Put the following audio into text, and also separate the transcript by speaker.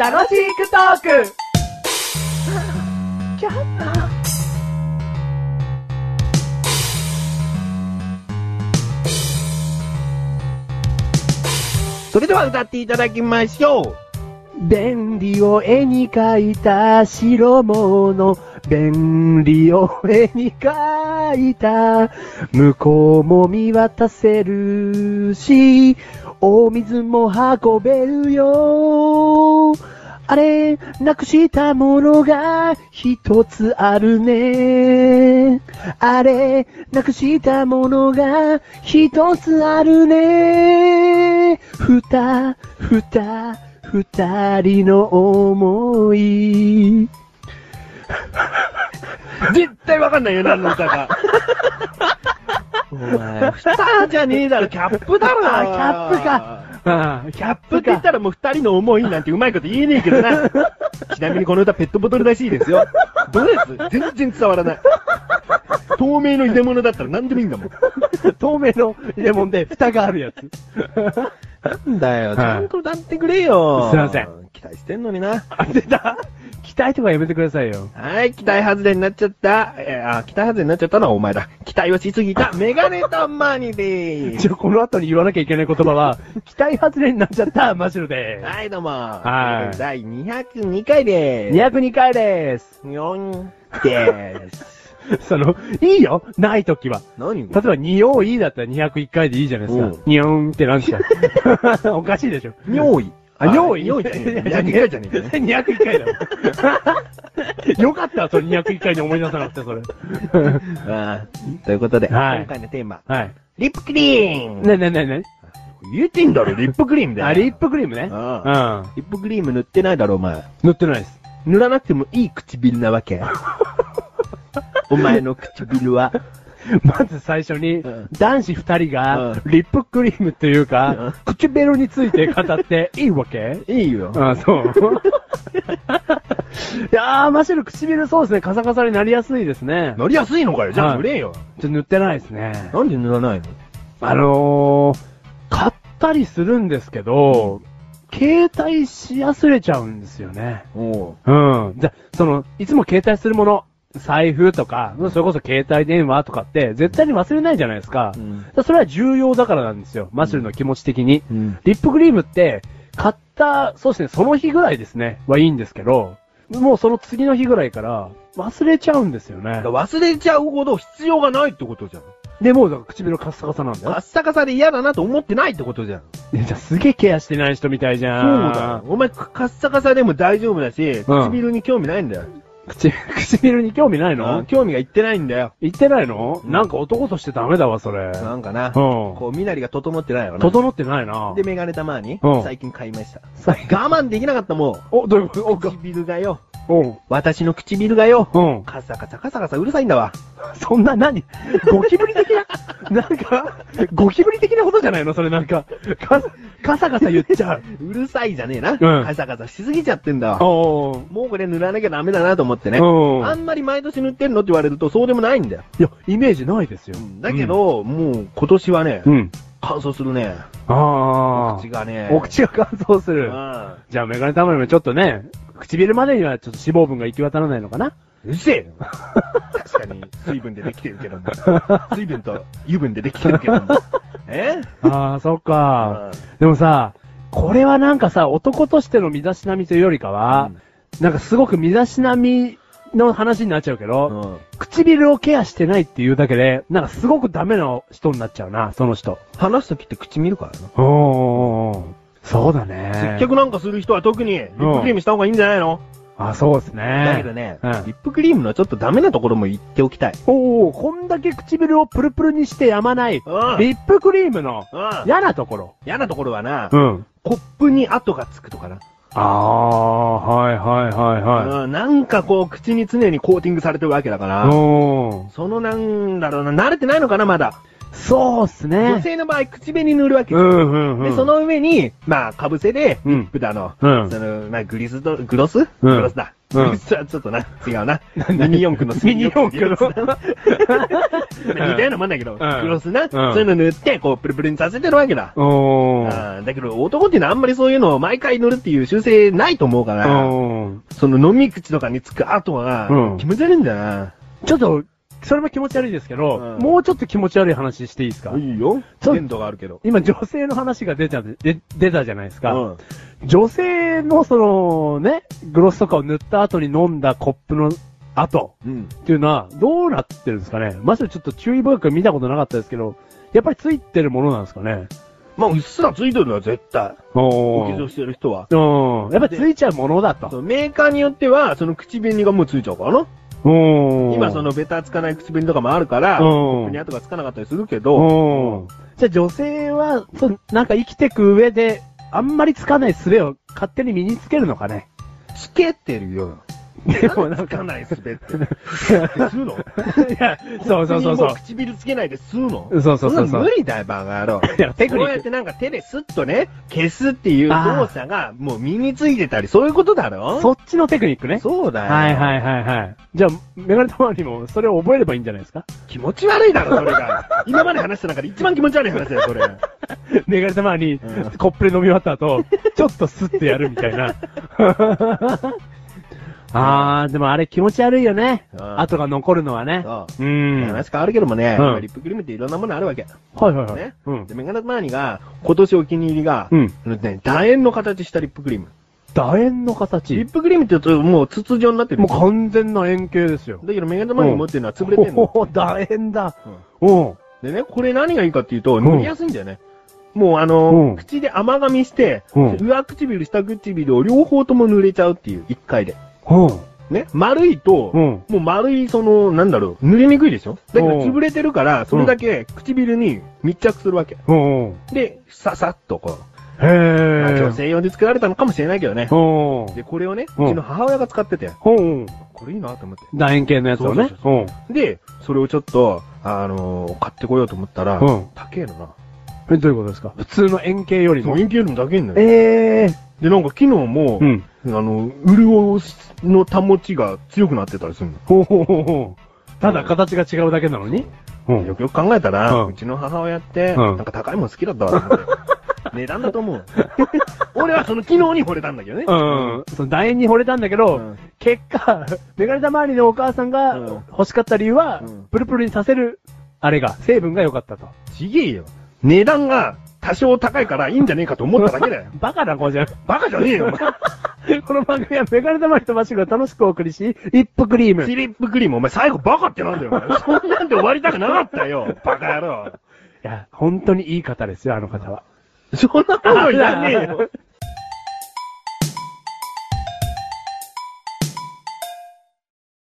Speaker 1: 楽しくトーク
Speaker 2: それでは歌っていただきましょう。
Speaker 3: 便利を絵に描いた白物。便利を絵に描いた。向こうも見渡せるし、お水も運べるよ。あれ、なくしたものが一つあるね。あれ、なくしたものが一つあるね。ふた、ふた、二人の思い。
Speaker 2: 絶対わかんないよ、何の歌か。
Speaker 3: お前、
Speaker 2: スターじゃねえだろ、キャップだろ。
Speaker 3: あキャップか。
Speaker 2: ああ、キャップって言ったらもう二人の思いなんてうまいこと言えねえけど な。ちなみにこの歌ペットボトルらしいですよ。どうです全然伝わらない。透明の入れ物だったら何でもいいんだもん。
Speaker 3: 透明のレモンで蓋があるやつ。
Speaker 2: なんだよ
Speaker 3: ちゃん
Speaker 2: と歌ってくれよ
Speaker 3: すいません。
Speaker 2: 期待してんのにな。
Speaker 3: あ、出た期待とかやめてくださいよ。
Speaker 2: はい、期待外れになっちゃった。えーあ、期待外れになっちゃったのはお前だ。期待をしすぎたメガネたまにでー
Speaker 3: じ
Speaker 2: す。
Speaker 3: ゃあこの後に言わなきゃいけない言葉 は、期待外れになっちゃった、マシュルで
Speaker 2: はい、どうも。
Speaker 3: はい
Speaker 2: 第202回でー
Speaker 3: す。
Speaker 2: す。
Speaker 3: 202回です。
Speaker 2: 202でーす。
Speaker 3: その、いいよない時は。
Speaker 2: 何
Speaker 3: 例えば、匂いだったら201回でいいじゃないです
Speaker 2: う
Speaker 3: か
Speaker 2: ん。
Speaker 3: にょーんってなんですか。 おかしいでしょ。
Speaker 2: 尿意。
Speaker 3: あ、尿意
Speaker 2: 尿意じゃねえ。201回じゃねえかね。
Speaker 3: 201回 だよ。よかった、それ201回に思い出さなくて、それ。
Speaker 2: あーということで、
Speaker 3: はい
Speaker 2: 今回のテーマ、
Speaker 3: はい。
Speaker 2: リップクリーン、
Speaker 3: ねねねね。
Speaker 2: 言えてんだろ、リップクリ ームだよ。
Speaker 3: あ、リップクリームね。う
Speaker 2: ああ
Speaker 3: ん。
Speaker 2: リップクリーム塗ってないだろ、お前。
Speaker 3: 塗ってないです。
Speaker 2: 塗らなくてもいい唇なわ け。お前の唇は。
Speaker 3: まず最初に
Speaker 2: うん、
Speaker 3: 男子二人
Speaker 2: う
Speaker 3: が
Speaker 2: ん、
Speaker 3: リップクリームという
Speaker 2: うん
Speaker 3: か、唇について語っていいわけ
Speaker 2: いいよ。
Speaker 3: あ、 そう。いやー、マシュル唇そうですね、カサカサになりやすいですね。
Speaker 2: 塗りやすいのかよ。じゃ
Speaker 3: は
Speaker 2: あ
Speaker 3: い
Speaker 2: 塗れよ。
Speaker 3: ちょっと塗ってないですね。
Speaker 2: なんで塗らないの
Speaker 3: あのー、買ったりするんですけど、携帯し忘れちゃうんですよね。
Speaker 2: おう。
Speaker 3: うん。じゃ、その、いつも携帯するもの、財布とか、それこそ携帯電話とかって、絶対に忘れないじゃないですか。
Speaker 2: うん
Speaker 3: だからそれは重要だからなんですよ。マシュルの気持ち的に。
Speaker 2: うん
Speaker 3: リップクリームって、買った、そうですね、その日ぐらいですね、はいいんですけど、もうその次の日ぐらいから、忘れちゃうんですよね。
Speaker 2: 忘れちゃうほど必要がないってことじゃん。
Speaker 3: で、もうだから唇カッサカサなんだ
Speaker 2: カ
Speaker 3: よ
Speaker 2: ッ。サカサで嫌だなと思ってないってことじゃん。
Speaker 3: いやじゃあすげえケアしてない人みたいじ
Speaker 2: そ
Speaker 3: ゃん。
Speaker 2: うだよ。お前、カッサカサでも大丈夫だし、唇に興味ないんだよ。
Speaker 3: 口、 唇に興味ない
Speaker 2: あ
Speaker 3: の
Speaker 2: 興味がいってないんだよ。
Speaker 3: 言ってないの、
Speaker 2: うん
Speaker 3: なんか男としてダメだわ、それ。
Speaker 2: なんかな、こう、身なりが整ってないよな。
Speaker 3: 整ってないな。
Speaker 2: で、メガネたまに
Speaker 3: うん、
Speaker 2: 最近買いました。
Speaker 3: 最後
Speaker 2: 我慢できなかったも
Speaker 3: お、どういうことお
Speaker 2: ん。
Speaker 3: か、
Speaker 2: 唇がよ。
Speaker 3: うん。
Speaker 2: 私の唇がよ。
Speaker 3: うん。
Speaker 2: カサカサカサカサうるさいんだわ。
Speaker 3: そんな何、ゴキブリ的 な、なんか、ゴキブリ的なことじゃないのそれなんか。か、カサカサ言っちゃう。
Speaker 2: うるさいじゃねえな。
Speaker 3: ん
Speaker 2: カサカサしすぎちゃってんだ わ。
Speaker 3: おー。
Speaker 2: もうこれ塗らなきゃダメだなと思ってね。
Speaker 3: うん
Speaker 2: あんまり毎年塗ってんのって言われるとそうでもないんだよ。
Speaker 3: いや、イメージないですよ。
Speaker 2: だけ、ど、もう今年はね
Speaker 3: う、ん。
Speaker 2: 乾燥するね。
Speaker 3: ああ。
Speaker 2: 口がね。
Speaker 3: お口が乾燥する。
Speaker 2: が。
Speaker 3: じゃあ、メガネたまにもちょっとね、唇までにはちょっと脂肪分が行き渡らないのかな
Speaker 2: うるせえよ。確かに水分でできてるけども。水分と油分でできてるけど も。え
Speaker 3: ああ、そっか
Speaker 2: うん。
Speaker 3: でもさ、これはなんかさ、男としての身だしなみというよりかは、なんかすごく身だしなみの話になっちゃうけど、
Speaker 2: うん
Speaker 3: 唇をケアしてないっていうだけで、なんかすごくダメな人になっちゃうな、その人。
Speaker 2: 話すときって口見るからな。
Speaker 3: おーおーおーそうだね。
Speaker 2: 接客なんかする人は特に、リップクリームした方がいいんじゃないの
Speaker 3: あ、そうですね。
Speaker 2: だけどね、
Speaker 3: う
Speaker 2: リ
Speaker 3: ん
Speaker 2: ップクリームのちょっとダメなところも言っておきたい。
Speaker 3: おお、こんだけ唇をプルプルにしてやまない、リ
Speaker 2: うん
Speaker 3: ップクリームの
Speaker 2: うん。
Speaker 3: 嫌なところ。
Speaker 2: 嫌なところはな、
Speaker 3: ん。
Speaker 2: コップに跡がつくとかな。
Speaker 3: ああ、はいはいはいは
Speaker 2: うん。なんかこう、口に常にコーティングされてるわけだか
Speaker 3: い。
Speaker 2: ら、
Speaker 3: おー
Speaker 2: そのなんだろうな、慣れてないのかな、まだ。
Speaker 3: そうっす
Speaker 2: 女
Speaker 3: ね。
Speaker 2: 性の場合、口紅塗るわけ。
Speaker 3: んうん
Speaker 2: で、そ、の上に、まあ、かぶせで、
Speaker 3: う
Speaker 2: リ
Speaker 3: ん
Speaker 2: ップだの、
Speaker 3: うん
Speaker 2: その、まあ、グリスと、グロ
Speaker 3: う
Speaker 2: ス、
Speaker 3: ん
Speaker 2: グロスだ。
Speaker 3: うん
Speaker 2: それはちょっとな、違う な。ミニ四駆のス
Speaker 3: ミニ四
Speaker 2: ってい
Speaker 3: 駆
Speaker 2: うやつ
Speaker 3: の。
Speaker 2: まあ 似たようなもんだけど、
Speaker 3: ん
Speaker 2: クロスな、
Speaker 3: ん
Speaker 2: そういうの塗って、こう、プルプルにさせてるわけだ。
Speaker 3: おー。
Speaker 2: あーだけど、男っていうのはあんまりそういうのを毎回塗るっていう習性ないと思うから、
Speaker 3: おー
Speaker 2: その飲み口とかにつく後は
Speaker 3: うん、
Speaker 2: 気持ち悪いんだな。
Speaker 3: ちょっと、それも気持ち悪いですけど、
Speaker 2: うん
Speaker 3: もうちょっと気持ち悪い話していいですか、
Speaker 2: いいよ。
Speaker 3: そう
Speaker 2: 限度があるけど。
Speaker 3: 今、女性の話が出ちゃで、で出たじゃないですか。
Speaker 2: うん
Speaker 3: 女性のそのね、グロスとかを塗った後に飲んだコップの後
Speaker 2: うん。
Speaker 3: っていうのはどうなってるんですかねまずちょっと注意深く見たことなかったですけど、やっぱりついてるものなんですかね
Speaker 2: まあ、うっすらついてるのは絶対。お
Speaker 3: お
Speaker 2: 化粧してる人は。
Speaker 3: うん。やっぱりついちゃうものだ
Speaker 2: そ
Speaker 3: と。
Speaker 2: うメーカーによっては、その口紅がもうついちゃうからな。
Speaker 3: お
Speaker 2: 今そのベタつかない口紅とかもあるから、
Speaker 3: うん
Speaker 2: 口に跡がつかなかったりするけ
Speaker 3: う
Speaker 2: ど、
Speaker 3: ん。じゃあ女性は、そうなんか生きてく上で、あんまりつかない術を勝手に身につけるのかね
Speaker 2: つけてるよ。
Speaker 3: でもなん
Speaker 2: つか
Speaker 3: か、
Speaker 2: ないすべって。 吸うの
Speaker 3: いや、そうそうそう
Speaker 2: 口に
Speaker 3: そ
Speaker 2: も
Speaker 3: う。
Speaker 2: 唇つけないで吸うの
Speaker 3: そうそうそうそうん
Speaker 2: な無理だよ、バカ野郎。
Speaker 3: いやテクニック
Speaker 2: こうやってなんか手でスッとね、消すっていう動作がもう身についてたり、そういうことだろ
Speaker 3: そっちのテクニックね。
Speaker 2: そうだよ。
Speaker 3: はい
Speaker 2: い。
Speaker 3: はいはいはい。じゃあ、メガネたまにもそれを覚えればいいんじゃないですか
Speaker 2: 気持ち悪いだろ、それが。今まで話した中で一番気持ち悪い話だよ、 それ。
Speaker 3: メガネたまに
Speaker 2: うん
Speaker 3: コップで飲み終わった後、ちょっとスッてやるみたい な。あー、でもあれ気持ち悪いよね。
Speaker 2: うん
Speaker 3: 後が残るのはね。
Speaker 2: そう
Speaker 3: う。ん。はい
Speaker 2: 話変わるけどもね、
Speaker 3: うん
Speaker 2: リップクリームっていろんなものあるわけ。
Speaker 3: はいはい
Speaker 2: ね。
Speaker 3: うん
Speaker 2: で、。メガネマーニが、今年お気に入りが、
Speaker 3: うん。
Speaker 2: あのね、楕円の形したリップクリーム。
Speaker 3: 楕円の
Speaker 2: リ
Speaker 3: 形
Speaker 2: ッ。プクリームって言うともう筒状になってる
Speaker 3: もう
Speaker 2: でしょ
Speaker 3: 完全な円形ですよ。
Speaker 2: だけどメガネマーニ持ってるのは潰れてんの。
Speaker 3: おお楕円だ。
Speaker 2: うん
Speaker 3: おう
Speaker 2: でね、これ何がいいかっていうと、
Speaker 3: ん
Speaker 2: 塗りやすいんだよね。もうあの
Speaker 3: うん
Speaker 2: 口で甘噛みして、
Speaker 3: うん
Speaker 2: 上唇、下唇を両方とも塗れちゃうっていう、一回で。
Speaker 3: おう
Speaker 2: ね、丸いと、
Speaker 3: うん。
Speaker 2: もう丸い、その、なんだろう、塗りにくいでしょだけど
Speaker 3: うん
Speaker 2: 潰れてるから、それだけ唇に密着するわけ。
Speaker 3: おう
Speaker 2: で、ささっとこ
Speaker 3: へ
Speaker 2: う、まあ女
Speaker 3: ー。
Speaker 2: 性用で作られたのかもしれないけどね。
Speaker 3: おう
Speaker 2: で、これをね、
Speaker 3: うん
Speaker 2: うちの母親が使ってて、
Speaker 3: おう
Speaker 2: これいいなと思って。
Speaker 3: 楕円形のやつをね
Speaker 2: そう。
Speaker 3: うん。
Speaker 2: で、それをちょっと、あのー買ってこようと思ったら、
Speaker 3: うん
Speaker 2: 高えのな。
Speaker 3: え、どういうことですか普通の円形よりも。
Speaker 2: 人気よりも高えんだよ。
Speaker 3: ええ
Speaker 2: で、なんか機能も、
Speaker 3: うん。
Speaker 2: あの、潤しの保ちが強くなってたりするの。
Speaker 3: ほうほうほうほう。ただ形が違うだけなのにう
Speaker 2: よくよく考えたら、
Speaker 3: うん
Speaker 2: うちの母親って、
Speaker 3: うん
Speaker 2: なんか高いもん好きだったわと思 って。値段だと思う。俺はその機能に惚れたんだけどね。
Speaker 3: うん。その楕円に惚れたんだけど、
Speaker 2: うん
Speaker 3: 結果、メガネた周りのお母さんが
Speaker 2: うん
Speaker 3: 欲しかった理由は、
Speaker 2: うん
Speaker 3: プルプルにさせる、あれが、成分が良かったと。。
Speaker 2: ちげえよ。値段が多少高いからいいんじゃねえかと思っただけだよ
Speaker 3: バカな子じゃん。
Speaker 2: バカじゃねえよ、お前。
Speaker 3: この番組はメガネたまりとマシュルが楽しくお送りし、リップクリーム。
Speaker 2: チリップクリーム、お前最後バカってなんだよ、お前。そんなんで終わりたくなかったよ、バカ野郎。
Speaker 3: いや、本当にいい方ですよ、あの方は。
Speaker 2: そんなこといらねえよ。